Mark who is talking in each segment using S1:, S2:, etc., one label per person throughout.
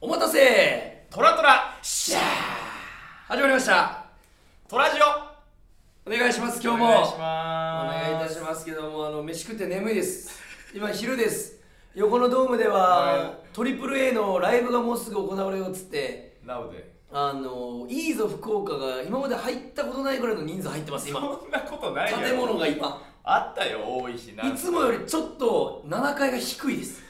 S1: お待たせ
S2: トラトラ
S1: シャー始まりました
S2: トラジオ
S1: お願いします今日
S2: お
S1: も
S2: 願いし
S1: お
S2: ま
S1: 願いいた
S2: す
S1: しますけどもあの飯食って眠いです今昼です横のドームでは
S2: は
S1: トリプル a のライブがもうすぐ行われようっつって
S2: ラブで
S1: あのいいぞ福岡が今まで入ったことないぐらいの人数入ってます今
S2: そんなことないよ
S1: 建物が今
S2: あったよ多い日ない
S1: つもよりちょっと7階が低いです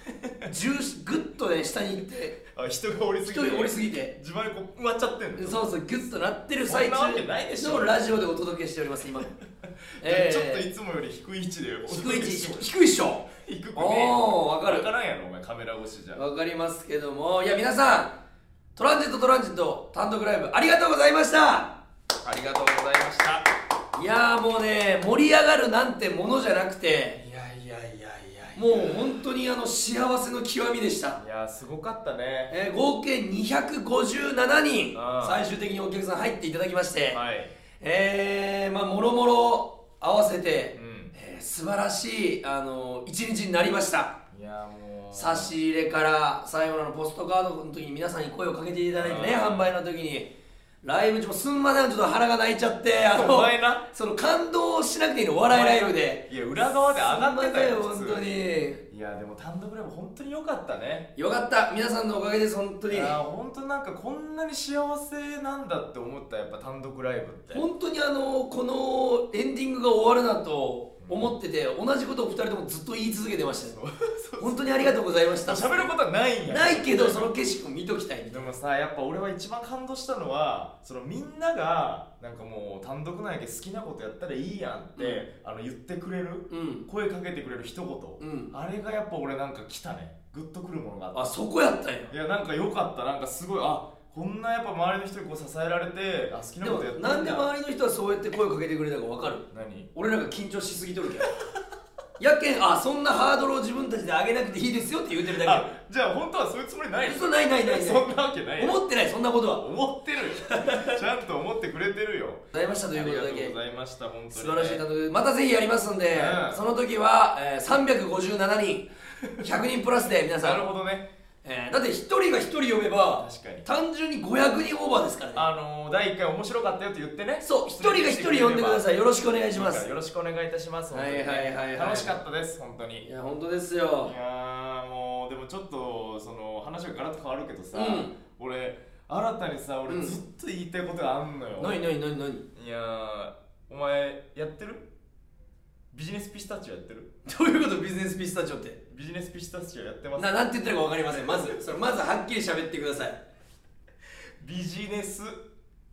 S1: 重しぐっとね下に行って
S2: あ人がおりすぎて
S1: 人おりすぎて
S2: 自前こう埋まっちゃってんの
S1: そうそうギュッとなってる最中
S2: そんなわけないでしょ
S1: のラジオでお届けしております 今
S2: ちょっといつもより低い位置で
S1: 低い位置低いっしょ
S2: 低くね
S1: おーわかる
S2: わからんやろお前カメラ越しじゃ
S1: わかりますけどもいや皆さんトランジットトランジット単独ライブありがとうございました
S2: ありがとうございました
S1: いやーもうね盛り上がるなんてものじゃなくて
S2: いやいやいやいや
S1: もう本当にあの幸せの極みでした
S2: いやすごかったね
S1: えー合計257人
S2: あー
S1: 最終的にお客さん入っていただきまして、
S2: はい
S1: えー、まあもろもろ合わせて、
S2: うん
S1: えー素晴らしい、あの一日になりました
S2: いやもう
S1: 差し入れから最後のあのポストカードの時に皆さんに声をかけていただいてね
S2: あー
S1: 販売の時にライブ中もすんませんちょっと腹が泣いちゃってあの
S2: お前な
S1: その感動しなくていいのお笑いライブで
S2: いや裏側で上がってた
S1: すん
S2: よ
S1: ません本
S2: 普
S1: 当
S2: 通
S1: に
S2: いやでも単独ライブ本当に良かったね
S1: よかった皆さんのおかげです本当
S2: い
S1: に
S2: や本当なんかこんなに幸せなんだって思ったやっぱ単独ライブって
S1: 本当にあのこのエンディングが終わるなと思ってて同じことを2人ともずっと言い続けてましたよ本当にありがとうございました
S2: 喋ることはないんや
S1: ないけどその景色を見ときたいみた
S2: で
S1: いな
S2: もさやっぱ俺は一番感動したのはそのみんながなんかもう単独なんやけど好きなことやったらいいやんって、あの言ってくれる
S1: うん
S2: 声かけてくれる一
S1: う
S2: 言、
S1: ん
S2: あれがやっぱ俺なんか来たねグッとくるものがあった
S1: あそこやったんや
S2: いやなんか良かったなんかすごいあこんなやっぱ周りの人にこう支えられてあ好きな
S1: で
S2: こ
S1: も
S2: とやってんだ
S1: なんで周りの人はそうやって声をかけてくれたか分かる
S2: 何
S1: 俺らが緊張しすぎとるけどやけんあそんなハードルを自分たちで上げなくていいですよって言うてるだ
S2: あ じゃあ本当はそういうつもりな
S1: け
S2: いの
S1: 嘘ないないないな
S2: そ
S1: い
S2: んなわけないよ
S1: 思ってないそんなことはご
S2: 思ってるよちゃんと思ってくれてるよ
S1: ざいました
S2: あ
S1: と
S2: り
S1: い
S2: が
S1: うこと
S2: と
S1: だ
S2: う
S1: け
S2: ございました本当にね、
S1: 素晴らしい単独でまたぜひやりますんで、
S2: うん
S1: その時は、えー357人100人プラスで皆さ
S2: なる
S1: ん、
S2: ほどね
S1: えーだって1人が1人呼べば
S2: 確かに
S1: 単純に500人オーバーですからね
S2: あのー、第一回面白かったよって言ってね
S1: そう1人が1人呼んでくだ
S2: い
S1: さいよろしくお願いしま
S2: いいから
S1: す
S2: よろしくお願いいたします本当にね
S1: はいはいはいはい
S2: 楽しかったです本当に
S1: い
S2: いや
S1: や本当ですよ
S2: ーもうでもちょっとその話がガラッと変わるけどさ、
S1: うん
S2: 俺新たにさ
S1: う
S2: 俺
S1: ん
S2: ずっと言いたいことがあんのよ、
S1: 何
S2: い
S1: 何 何何
S2: やーお前やってるビジネスピスタチオやってる
S1: どういうことビジネスピスタチオって
S2: ビジネスピスタチオやってます
S1: ななんて言ってるか分かりませんまずそれまずはっきり喋ってください
S2: ビジネス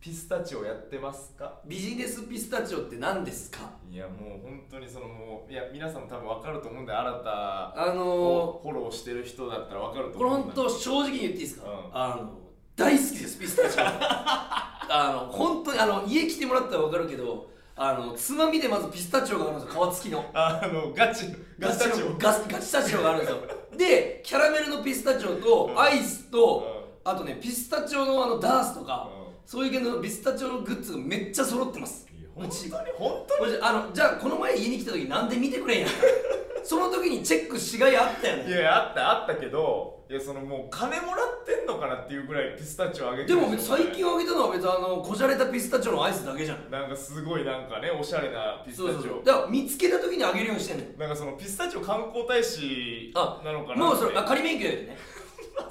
S2: ピスタチオやってますか
S1: ビジネスピスタチオって何ですか
S2: いやもう本当にそのもういや皆さんも多分分かると思うんで新た
S1: あの
S2: をフォローしてる人だったら分かる
S1: ー、
S2: と
S1: これ
S2: 思うん
S1: 本
S2: だ
S1: 当正直に言っていいですか、
S2: うん
S1: あの大好きですピスタチオ あの本当にあの家来てもらったら分かるけどあのつまみでまずピスタチオがあるんですよ皮付きの
S2: あのガチガチタチオ
S1: ガスガチタチオがあるんですよでキャラメルのピスタチオと
S2: うん
S1: アイスと、あとねピスタチオのあのダースとか、
S2: う
S1: そういう系のピスタチオのグッズがめっちゃ揃ってます
S2: んいや
S1: う
S2: 本
S1: ち
S2: 当に本当に
S1: これじゃあのじゃあこの前家に来た時なんで見てくれんやん その時にチェックしがいあったよ
S2: い
S1: ね
S2: やあったあったけどいやそのもう金もらってんのかなっていうぐらいピスタチオあげて
S1: で
S2: る
S1: も
S2: しょ
S1: 最近あげたのは別にあのこじゃれたピスタチオのアイスだけじゃん
S2: なんかすごいなんかねおしゃれなピス
S1: そう
S2: タチオ
S1: そうそうだから見つけた時にあげるようにしてんのよ
S2: なんかそのピスタチオ観光大使
S1: あ
S2: なのかな
S1: もうそれあ
S2: あ
S1: 仮免許やよね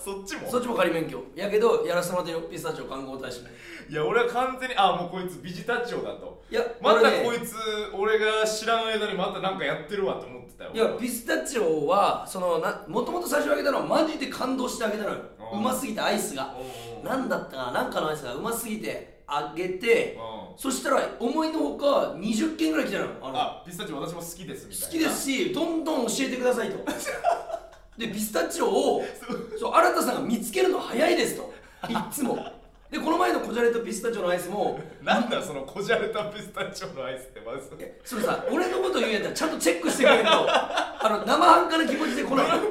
S2: そっちも
S1: そっちも仮免許やけどやらせてもらってるよピスタチオ観光大使も
S2: いや俺は完全にあもうこいつビジタチオだと
S1: いや
S2: また
S1: 俺
S2: こ
S1: ね
S2: いつ俺が知らん間にまたなんかやってるわと思ってたよ
S1: いやピスタチオはそのなもともと最初あげたのはマジで感動してあげたのよ
S2: う
S1: うんますぎてアイスが
S2: うん
S1: 何だったかななんかのアイスがうますぎてあげて
S2: うん
S1: そしたら思いのほか20件ぐらい来たのあの
S2: あピスタチオ私も好きですみたいな
S1: 好きですしどんどん教えてくださいとでピスタチオをそう新田さんが見つけるの早いですといっつもでこの前のこじゃれたピスタチオのアイスも
S2: なんだそのこじゃれたピスタチオのアイスってまず
S1: えそれさ俺のこと言うんやったらちゃんとチェックしてくれるとあの生半可な気持ちで来ない
S2: どの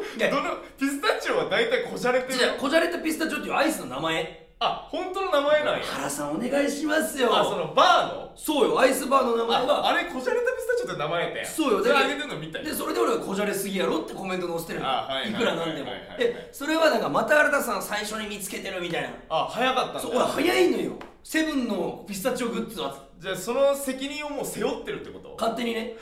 S2: ピスタチオは大体こじゃれてる
S1: じゃこじゃれたピスタチオっていうアイスの名前
S2: あ本当の名前なんや
S1: 原さんお願いしますよ
S2: あそのバーの
S1: そうよアイスバーの名前
S2: あ
S1: が
S2: あれこじゃれたピスタチオって名前やったやん
S1: そうよ
S2: それ
S1: だ
S2: あ
S1: けど
S2: げてんの見たよ
S1: でそれで俺はこじゃれすぎやろってコメント載せてるの
S2: あはいはい
S1: いくらなんでも
S2: はいはいはい
S1: でそれはなんかまた新田さん最初に見つけてるみたいな
S2: あ早かった
S1: そ
S2: ん
S1: う俺
S2: だ
S1: 早いのよセブンのピスタチオグッズは
S2: じゃあその責任をもう背負ってるってこと
S1: 勝手に ね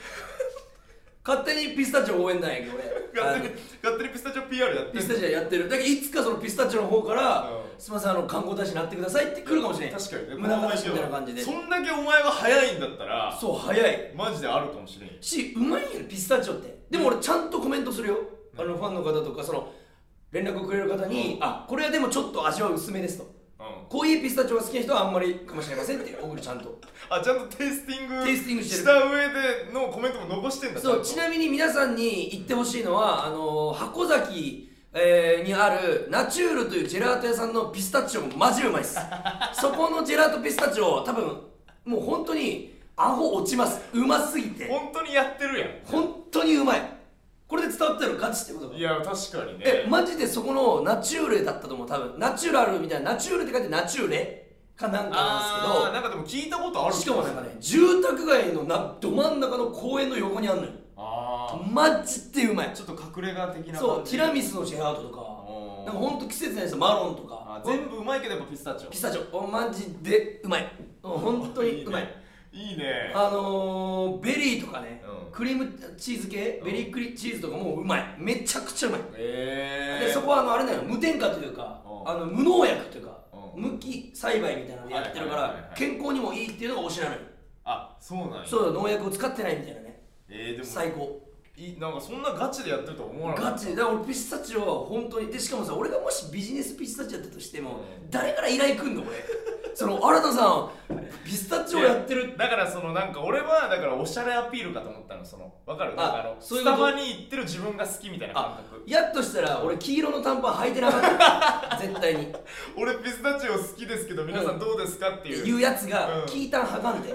S1: 勝手にピスタチオ応援団やけど俺あ
S2: 勝手
S1: の
S2: に勝手にピスタチオ PR やって
S1: ピ
S2: る
S1: スタチオやってるだけどいつかそのピスタチオの方から
S2: う
S1: すみませんあの観光大使になってくださいって来るかもしれない
S2: 確かにね
S1: 無駄話みたいな感じで
S2: そんだけお前が早いんだったら
S1: そう早い
S2: マジであるかもしれんよ
S1: しうまいよねピスタチオってでも俺ちゃんとコメントするよ、あのファンの方とかその連絡をくれる方に、あこれはでもちょっと味は薄めですと
S2: うん
S1: こういうピスタチオが好きな人はあんまりかもしれませんって送るちゃんと
S2: あちゃんとテイスティング
S1: テイスティングしてる
S2: した上でのコメントも残してんだ
S1: そうち
S2: み
S1: なみに皆さんに言ってほしいのはあの箱崎えーにあるナチュールというジェラート屋さんのピスタチオもマジうまいっすそこのジェラートピスタチオ多分もう本当に顎落ちますうますぎて
S2: 本当にやってるやん
S1: 本当にうまいこれで伝わったらガチってことか
S2: いや確かにね
S1: えマジでそこのナチューレだったと思う多分ナチュラルみたいなナチューレって書いてナチューレかなんか
S2: あ
S1: な
S2: ー
S1: んで
S2: なんかでも聞いたことある
S1: すけどしかもなんかね住宅街のなど真ん中の公園の横にあんのよ
S2: あ
S1: マジでうまい
S2: あちょっと隠れ家的な
S1: そうティラミ
S2: ス
S1: スのジェラートと
S2: お
S1: か
S2: ー
S1: なんかほんと季節のやつマロンと
S2: あ
S1: か
S2: ー全部うまいけどやっぱピスタチオ
S1: ピスタチオマジでうまい本当にうまい
S2: いいねいいね
S1: あのー、ベリーとかね、
S2: うん
S1: クリームチーズ系
S2: うん
S1: ベリークリチーズとかもううまいめちゃくちゃうまい
S2: え
S1: でそこはあのあれだよ無添加というか、
S2: うん
S1: あの無農薬というか、
S2: うん
S1: 無機栽培みたいなのでやってるから、
S2: はいはいはいはい
S1: 健康にもいいっていうのが推しなのよ、
S2: あそうなんや
S1: そうだ農薬を使ってないみたいなね
S2: えー、でも
S1: 最高
S2: いなんかそんなガチでやってるとは思わなか
S1: ガ
S2: った
S1: チでだから俺ピスタチオは本当にでしかもさ俺がもしビジネスピスタチオだったとしても、
S2: う
S1: 誰から依頼来んの俺 その新田さんピスタチオやってる
S2: だからそのなんか俺はだからおしゃれアピールかと思ったのそのわかる
S1: あ
S2: なんかあの
S1: そういう
S2: ス
S1: こ
S2: タ
S1: と
S2: バに行ってる自分が好きみたいな感覚
S1: やっとしたら俺黄色の短パン履いてなかった 絶対にっ
S2: 俺ピスタチオ好きですけど皆さんどうですかっ
S1: て
S2: ていう、
S1: いうやつが
S2: うん
S1: 「聞いたんはかん」って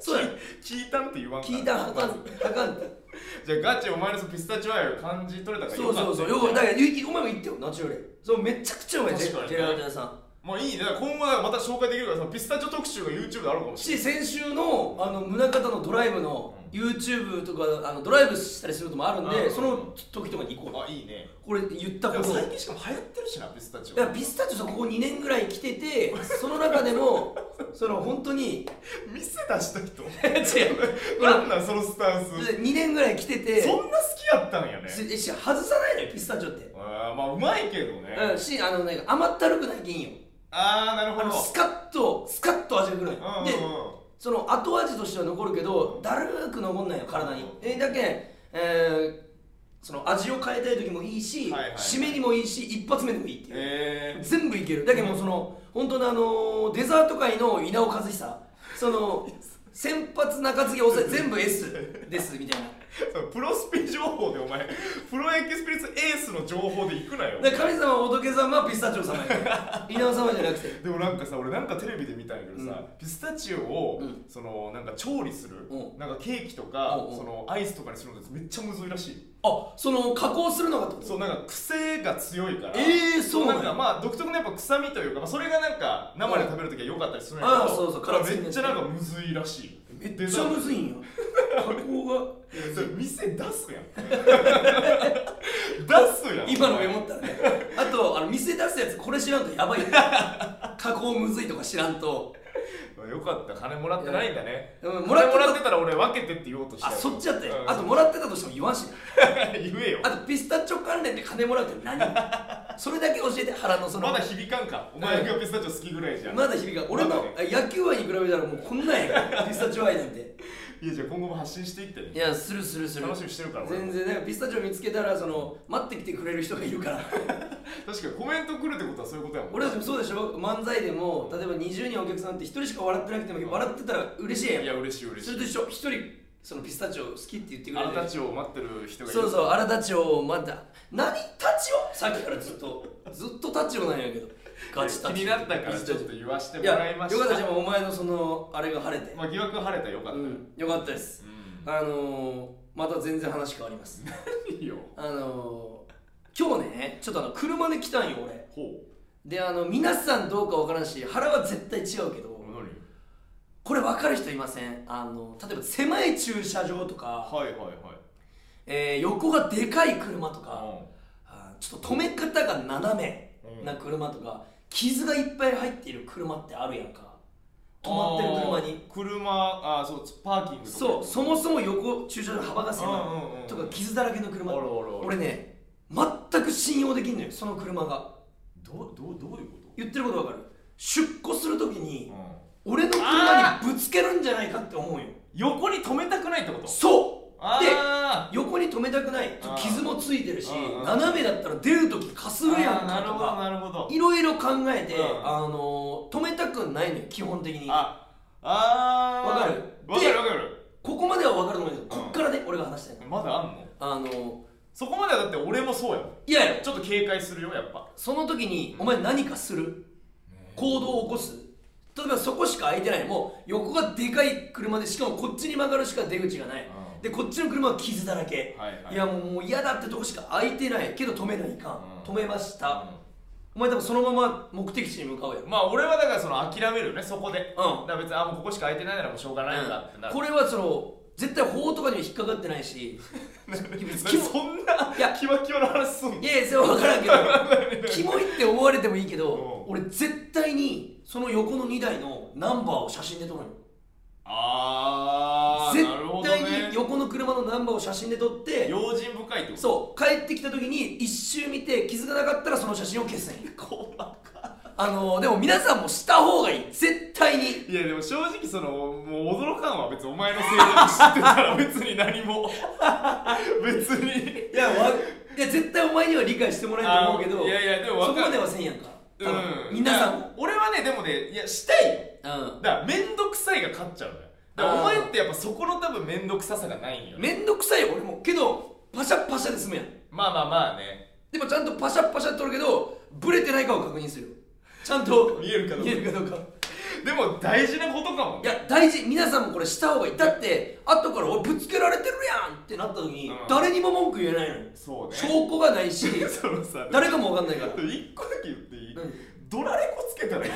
S1: そうや
S2: 聞いたんって言わんから
S1: 聞いたんはかんはかんって
S2: じゃあガチお前のそのピスタチオ愛を感じ取れたから
S1: そ
S2: よ
S1: う
S2: かった
S1: そうそう、ようだからゆお前も言ってよ、ナチュラル。そうめちゃくちゃうまい、ジ
S2: 確か
S1: ェ
S2: に
S1: ジェラート屋さん。
S2: まあいいねだから今後はまた紹介できるからそのピスタチオ特集が YouTube であるかもしれ
S1: し、先週のあの宗像のドライブの YouTube とかあのドライブしたりすることもあるんで、
S2: うん
S1: その時とかに行こう。
S2: ないあいいね
S1: これ言った
S2: で
S1: こ
S2: も
S1: と。
S2: 最近しかも流行ってるしなピスタチオ
S1: いやピスタチオさんここ2年ぐらい来てて、その中で のその本当に
S2: 店出した 人
S1: 違う、
S2: なんなんそのスタンス
S1: 2年ぐらい来てて、
S2: そんな好きやったんやね
S1: しし外さないのよピスタチオって。
S2: あーまあうまいけどね、
S1: うん、しあのなんか甘ったるくない銀よ。
S2: ああなるほ
S1: あ
S2: ど
S1: のスカッとスカッと味がくるのよ。で
S2: うんうんうん
S1: その後味としては残るけどだるーく残んないよ体に、えだけん、えーその味を変えたい時もいいし、
S2: はいはいはい
S1: 締めにもいいし一発目でもいいっていう、
S2: え
S1: 全部いけるだけどもうその本当にあのーデザート界の稲尾和久そ の先発中継ぎ抑え全部 S ですみたいな
S2: ー、そうプロスピ情報でお前プロエキスピリッツエースの情報で行くなよ
S1: だから神様仏様ピスタチオ様やから 稲尾様じゃなくて
S2: でもなんかさ俺なんかテレビで見たんやけどさ、
S1: うん
S2: ピスタチオを、
S1: うん
S2: そのなんか調理する、
S1: うん
S2: なんかケーキとか、
S1: うんうん
S2: そのアイスとかにするのってめっちゃむずいらしい
S1: あその加工するのかと
S2: そうなんか癖が強いから
S1: えーそうなん
S2: な
S1: や
S2: んかまあ独特のやっぱ臭みというか、まあ、それがなんか生で食べるときは良かったりするんや
S1: うんあ
S2: け
S1: ー
S2: ど、
S1: そうそう
S2: だから
S1: 辛すぎない
S2: めっちゃなんかむずいらしい
S1: めっちゃむずい んよ加工が
S2: それ店出すやん 出すやん
S1: 今のメモったらねあとあの店出すやつこれ知らんとやば いよ加工むずいとか知らんと
S2: まあよかった金もらってないんだね
S1: うん
S2: もらってもらってたら俺分けてって言おうとした
S1: あ
S2: よ
S1: そっちやったよ、
S2: うん
S1: あともらってたとしても言わんし
S2: 言えよ
S1: あとピスタチオ関連で金もらうって何それだけ教えて腹のその
S2: まだ響かんかお前がピスタチオ好きぐらいじゃん、
S1: まだ響かん俺
S2: ま
S1: の
S2: だ
S1: 野球愛に比べたらもうこんなんや からピスタチオ愛なんて
S2: いやじゃあ今後も発信していって
S1: い
S2: ね
S1: やするするする
S2: 楽しみにしてるから俺
S1: 全然なんかピスタチオ見つけたらその待ってきてくれる人がいるから
S2: 確かにコメント来るってことはそういうことやもん
S1: 俺たちもそうでしょ漫才でも例えば20人お客さんって1人しか笑ってなくても笑ってたら嬉しいやん
S2: いや嬉しい嬉し
S1: そ
S2: い
S1: れと一緒一人そのピスタチオ好きって言ってく
S2: あ
S1: れ
S2: なた
S1: る
S2: たちを待ってる人がいる
S1: そうそうあらたちをまだ何タチオさっきからずっと ずっとタチオなんやけどガチタチオ
S2: 気になったからちょっと言わしても
S1: いや
S2: ら
S1: よ
S2: い
S1: か
S2: ま
S1: っ
S2: した
S1: たじゃんお前のそのあれが晴れて、
S2: まあ疑惑晴れたらよかっ
S1: う
S2: たよ、
S1: ん、よかったですあのー、また全然話変わります
S2: うんいいよ
S1: あのー、今日ねちょっとあの車で来たんよ俺
S2: ほう
S1: であの皆さんどうかわからんし腹は絶対違うけど
S2: 何
S1: これ分かる人いませんあの例えば狭い駐車場とか、
S2: はいはいはい
S1: えー横がでかい車とか、
S2: あ
S1: あーちょっと止め方が斜めな車とか、傷がいっぱい入っている車ってあるやんか止まってる車に
S2: 車あーそうパーキングとか
S1: そうそもそも横駐車場の幅が
S2: うん
S1: 狭
S2: うんうん
S1: いとか傷だらけの車
S2: あるあるある
S1: 俺ね全く信用できんのよその車が
S2: どうどうどういうこと
S1: 言ってること分かる出庫するときに
S2: うん
S1: 俺の車にぶつけるんじゃないかって思うよ
S2: 横に止めたくないってこと
S1: そうで
S2: あ
S1: 横に止めたくない
S2: あー
S1: 傷もついてるし
S2: うんうん
S1: 斜めだったら出るときかす
S2: ー
S1: るやん
S2: あーな
S1: か
S2: る
S1: と
S2: ほど
S1: か
S2: なるほど
S1: いろいろ考えて、
S2: うん
S1: あのー止めたくないのよ基本的に
S2: ああー
S1: わかる
S2: わかるわかる
S1: ここまでは分かると思うけど
S2: うん
S1: こっからね俺が話したいの
S2: まだあんの
S1: あのー
S2: そこまではだって俺もそうやもん
S1: いやいや
S2: ちょっと警戒するよやっぱ
S1: その時にお前何かする行動を起こす例えばそこしか空いてないもう横がでかい車でしかもこっちに曲がるしか出口がない
S2: うん
S1: でこっちの車は傷だらけ、
S2: はいはい
S1: やもうもう嫌だってとこしか空いてないけど止めないかん、
S2: うん
S1: 止めました、
S2: う
S1: お前多分そのまま目的地に向かうやろ
S2: んまあ俺はだからその諦めるよねそこで
S1: うん
S2: だから別にあもうここしか空いてないならもうしょうがないんだってな
S1: こ
S2: れ
S1: れはその絶対法とかには引っかかってないし キモ
S2: そんない
S1: や
S2: キワキワの話すんの
S1: いやいやそれは分からんけど キモいって思われてもいいけど
S2: う
S1: 俺絶対にその横の2台のナンバーを写真で撮るのよ
S2: あーなるほ
S1: 絶
S2: どね
S1: 対に横の車のナンバーを写真で撮って
S2: 用心深いってこと
S1: そう帰ってきた時に一周見て傷がなかったらその写真を消すんや
S2: 細か
S1: あのーでも皆さんもした方がいい絶対に
S2: いやでも正直そのもう驚かんわ別にお前のせいで知ってたら別に何 も別に
S1: いやわいや絶対お前には理解してもらえると思うけ
S2: あ
S1: ど
S2: ーいやいやで
S1: そ
S2: もわ
S1: こ
S2: か
S1: ま
S2: る
S1: ではせんやんか多分
S2: うん
S1: 皆さん
S2: いや
S1: も
S2: 俺はねでもねいやしたいよ
S1: うん
S2: だから面倒くさいが勝っちゃうのよだから
S1: あー
S2: お前ってやっぱそこの多分面倒くささがないんよ
S1: 面倒くさいよ俺もけどパシャパシャで済むやん
S2: まあまあまあね
S1: でもちゃんとパシャパシャ撮るけどブレてないかを確認するよちゃんと
S2: 見えるかどうか
S1: 見えるかどうか
S2: でも大事なことかも
S1: いや大事皆さんもこれした方がいいだって後から「おいぶつけられてるやん!」ってなった時に、
S2: うん
S1: 誰にも文句言えないのよ
S2: そうね
S1: 証拠がないし
S2: そのさ
S1: 誰かも分かんないか
S2: あ
S1: ら
S2: と一個だけ言っていい
S1: 何
S2: ドラレコつけたら いい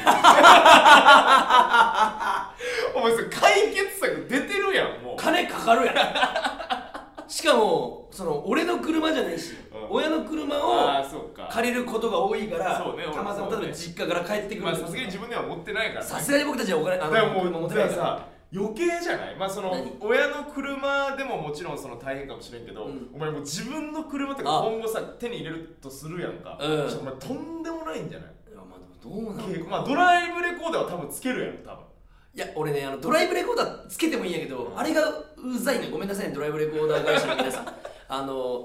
S2: お前それ解決策出てるやんもう
S1: 金かかるや んしかもその俺の車じゃないし、
S2: うん
S1: 親の車
S2: あ
S1: を
S2: あそうか
S1: 借りることが多いから
S2: そうね俺も
S1: たまたま
S2: そう
S1: 例え
S2: ね
S1: ば実家から帰ってくる
S2: まあさすがに自分では持ってないからね
S1: さすがに僕たちはお金あ
S2: だ
S1: の
S2: からも
S1: 車持
S2: う
S1: て
S2: だ
S1: な
S2: か
S1: い
S2: ら
S1: から
S2: さ余計じゃないまあその
S1: 何
S2: 親の車でももちろんその大変かもしれんけど、
S1: うん
S2: お前もう自分の車とか
S1: あ
S2: 今後さ手に入れるとするやんか、
S1: うん
S2: そしたらお前とんでもないんじゃない
S1: いやまあでもどうなの
S2: 結構まあドライブレコーダーは多分つけるやろ多分
S1: いや俺ねあのドライブレコーダーつけてもいいんやけどあれがうざいのよごめんなさいねドライブレコーダー会社の皆さ んあの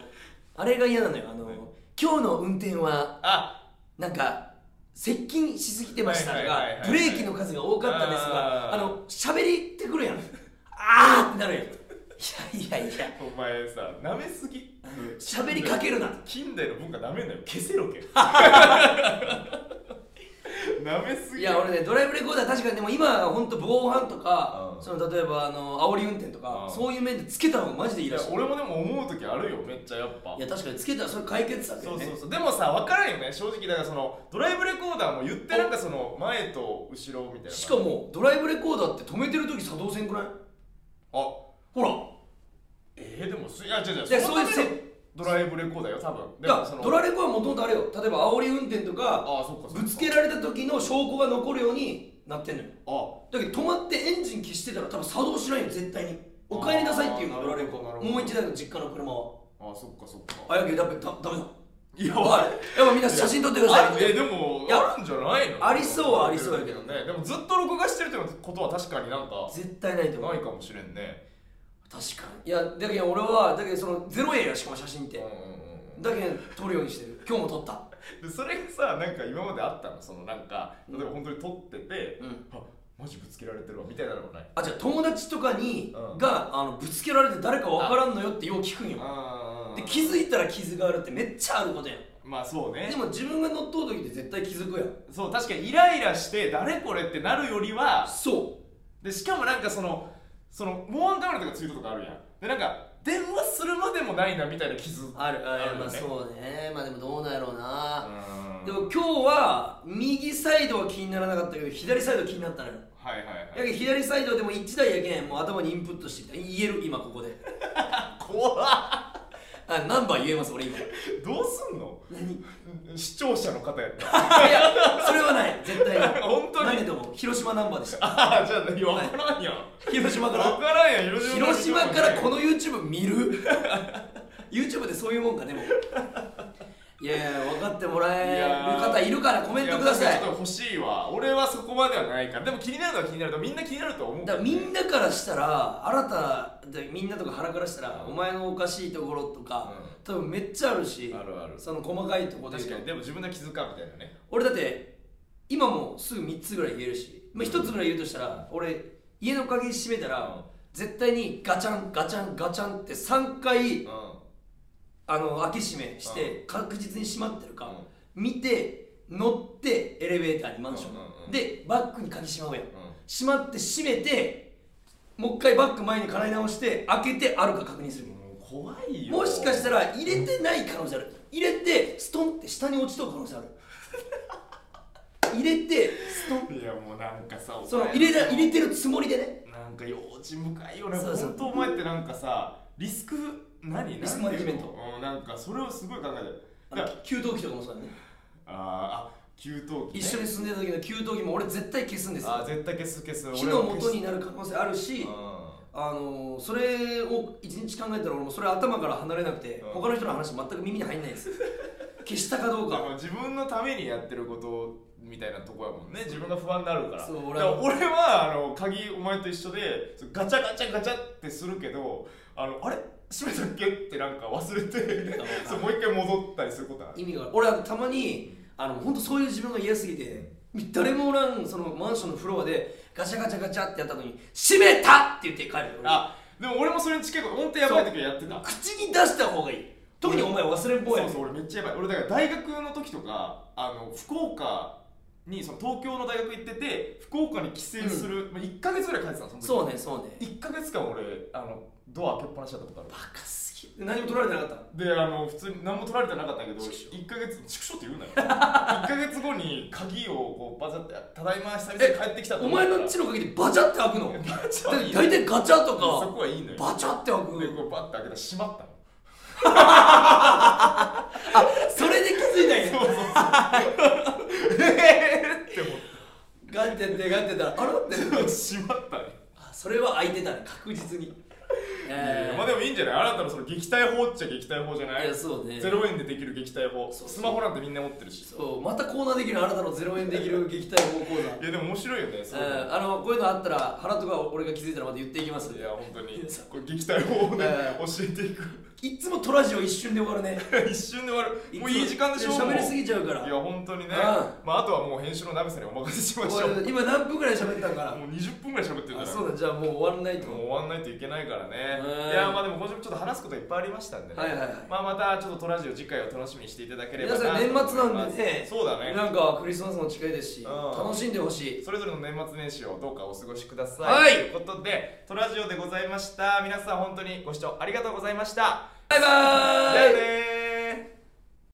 S1: あれが嫌なのよあの今日の運転は
S2: あ
S1: なんか接近しすぎてましたとか
S2: はいはいはいはい
S1: ブレーキの数が多かったですが
S2: あ
S1: あ
S2: ー
S1: の喋りってくるやんあーってなるやんいやいやいや
S2: お前さなめすぎ
S1: 喋りかけるな
S2: 近代の文化なめんなよ消せ ろけなめすぎ
S1: いや俺ねドライブレコーダー確かにでも今は本当防犯とか
S2: うん
S1: その例えばあの煽り運転とか
S2: うん
S1: そういう面でつけた方がマジでいい
S2: いや
S1: らしい
S2: 俺もでも思う時あるよめっちゃやっぱ
S1: いや確かにつけたらそれ解決策だ
S2: そ
S1: よ
S2: う
S1: ね
S2: そうそうでもさ分からんよね正直だからそのドライブレコーダーも言ってなんかその前と後ろみたいな
S1: しかもドライブレコーダーって止めてる時作動せんくない
S2: あ
S1: ほら
S2: えー、でもすいや違う違う
S1: いや
S2: そのため
S1: そうい
S2: の
S1: う
S2: ドライブレコーダーよ多分
S1: い
S2: でも
S1: や
S2: その
S1: ドラレコはもともとあれよ例えば煽り運転とか
S2: ああそっかそっか
S1: ぶつけ
S2: あ
S1: られた時の証拠が残るようになってんのよ
S2: あ
S1: だけど止まってエンジン消してたら多分作動しないよ絶対にお帰りなさいっていうの
S2: あー
S1: ドラレコ
S2: なるほど
S1: もう一台の実家の車は
S2: あそっかそっか
S1: あやけどだめだダメだ
S2: いや
S1: おいやっぱみんな写真撮ってくだ
S2: あ
S1: さい
S2: えーでも
S1: いや
S2: あるんじゃないの
S1: ありそうはありそうやけど
S2: ねでもずっと録画してるってことは確かになんか
S1: 絶対ないと思う
S2: ないかもしれんね
S1: 確かにいやだけど俺はだけどそのゼロ円やしかも写真っ
S2: う
S1: て
S2: んうんうんうん
S1: だけど撮るようにしてる今日も撮った
S2: でそれがさなんか今まであったのそのなんか例えば本当に撮ってて、
S1: うん
S2: あマジぶつけられてるわみたいなのもない
S1: あじゃあ友達とかに、
S2: うん
S1: があのぶつけられて誰かわからんのよってよう聞くんよ
S2: あ
S1: で気づいたら傷があるってめっちゃあることやん
S2: まあそうね
S1: でも自分が乗っとう時って絶対気づくやん
S2: そう確かにイライラして誰これってなるよりは
S1: そ
S2: でしかもなんかそのその防犯カメラとかついたとかあるやんでなんか電話するまでもないなみたいな傷
S1: うあるあ
S2: あるよね
S1: まあそうねまあでもどうなんやろうな、
S2: ううん
S1: でも今日は右サイドは気にならなかったけど左サイド気になったのよ
S2: はいはい
S1: や
S2: はい
S1: け左サイドでも1台やけんもう頭にインプットしてきた言える今ここで
S2: 怖っ
S1: あナンバー言えます俺今
S2: どうすんの
S1: 何い
S2: 視聴者の方やった
S1: やそれはない絶対に
S2: 本当に
S1: 何でも広島ナンバーでした
S2: ああじゃあ分からんやん
S1: 広島か
S2: 分
S1: ら
S2: からんやん広島
S1: 広島からこの YouTube 見る YouTube でそういうもんかでもいやいや分かってもらえる方いるからコメントください
S2: やちょっと欲しいわ俺はそこまではないからでも気になるのは気になるとみんな気になると思う
S1: だからみんなからしたら新たでみんなとか腹からしたら
S2: うん
S1: お前のおかしいところとか、多分めっちゃあるし
S2: あるある
S1: その細かいところで言
S2: 確か
S1: う
S2: に
S1: と
S2: でも自分で気づかんみたいなね
S1: 俺だって今もすぐ3つぐらい言えるし、まあ、1つぐらい言うとしたら俺家の鍵閉めた
S2: うん
S1: ら絶対にガチャンガチャンガチャンって3回
S2: う
S1: あの開け閉めして確実に閉まってるか
S2: う
S1: 見て乗ってエレベーターにマンション
S2: うんうんうん
S1: でバッグに鍵しまうやん
S2: んうん
S1: 閉まって閉めてもう一回バッグ前に払い直して開けてあるか確認する
S2: もう怖いよ
S1: もしかした
S2: ら
S1: ら入れてない可能性ある入れてストンって下に落ちとる可能性 ある入れてストン
S2: いやもうなんかさ
S1: そ
S2: お
S1: の
S2: 前
S1: 入れた入れてるつもりでね
S2: なんか幼稚深いよね
S1: そうそう
S2: 本当お前ってなんかさリスク何
S1: リスクマネジメント
S2: なんていうのうんなんかそれをすごい考えてる
S1: あ
S2: だ
S1: の
S2: から
S1: 給湯器とかもそうだね
S2: あーあ給湯器、ね、
S1: 一緒に住んでた時の給湯器も俺絶対消すんです
S2: あ
S1: よ
S2: ー絶対消す消す
S1: 火の
S2: 俺も消
S1: 元
S2: す
S1: になる可能性あるし
S2: うん
S1: あのーそれを一日考えたら俺もそれ頭から離れなくて
S2: うん
S1: 他の人の話全く耳に入んないん ですよ消したかどう
S2: だ
S1: か
S2: から自分のためにやってることみたいなとこやもんね自分が不安になるから
S1: そう俺
S2: 俺
S1: は
S2: は俺はあの鍵お前と一緒でそうガチャガチャガチャってするけどあのあれ閉めたっけってなんか忘れて
S1: がわからん
S2: そうもう一回戻ったりすることある
S1: 意味がある俺はたまにあの本当そういう自分が嫌すぎて誰もおらんそのマンションのフロアでガチャガチャガチャってやったのに「閉めた!」って言って帰る俺
S2: あでも俺もそれに近いこと音程やばい時はやってた
S1: 口に出した方がいい特にお前忘れん坊や
S2: そうそう俺めっちゃやばい俺だから大学の時とかあの福岡にその東京の大学行ってて福岡に帰省する、まあ1か月ぐらい帰ってたのその時
S1: そうねそうね
S2: 1か月間俺あのドア開けっぱなしだったことある
S1: バカすぎる何も取られてなかった
S2: であの普通に何も取られてなかったけど
S1: 畜生
S2: 1か月畜生って言うなよ1 か月後に鍵をこうバチャって「ただいま久々に帰ってきた」と
S1: お
S2: 思った
S1: 前
S2: ら
S1: の血の限りバチャって開くの
S2: バチャ
S1: だっ
S2: はい
S1: て
S2: いの
S1: 大体ガチャと
S2: そ
S1: か
S2: こはいいのよ
S1: バチャって開
S2: で
S1: く
S2: こうバッて開けたら閉まったの
S1: それで気づいたんや
S2: そうそうそうええって思っ
S1: ガンってやってガンってやったらあれって
S2: て 閉まったね
S1: あそれは開いてたね確実にえ
S2: まあでもいいんじゃないあなたのその撃退法っちゃ撃退法じゃない
S1: いやそうね
S2: 0円でできる撃退法
S1: そうそう
S2: スマホなんてみんな持ってるし
S1: そうまたコーナーできるあなたの0円できる撃退法コーナー
S2: いやでも面白いよねそういうの
S1: うんあのこういうのあったら原とか俺が気づいたらまた言っていきます
S2: いや本当にこれ撃退法をね
S1: う
S2: 教えていく
S1: いつもトラジオ一瞬で終わるね
S2: 一瞬で終わるもういい時間でしょ
S1: いつも喋りす
S2: ぎ
S1: ぎちゃうから
S2: いや本当にね
S1: うん
S2: まああとはもう編集の鍋さんにお任せしましょうもう
S1: 俺今何分ぐらい喋ったん かな
S2: 20分ぐらい喋ってるか
S1: あ
S2: ら
S1: そうだじゃあもう終わらないと
S2: もう
S1: 思
S2: 終わんないといけないからね
S1: うん
S2: いやまあでも今週もちょっと話すことがいっぱいありましたんでね
S1: はいはいはい
S2: まあまたちょっとトラジオ次回を楽しみにしていただければ
S1: 皆さん年末なんでね
S2: そうだね
S1: うなんかクリスマスも近いですし
S2: うん
S1: 楽しんでほしい
S2: それぞれの年末年始をどうかお過ごしくださ
S1: はい
S2: い。ということで、トラジオでございました。皆さん本当にご視聴ありがとうございました。
S1: バイバ
S2: じゃあ
S1: ーイ
S2: ねー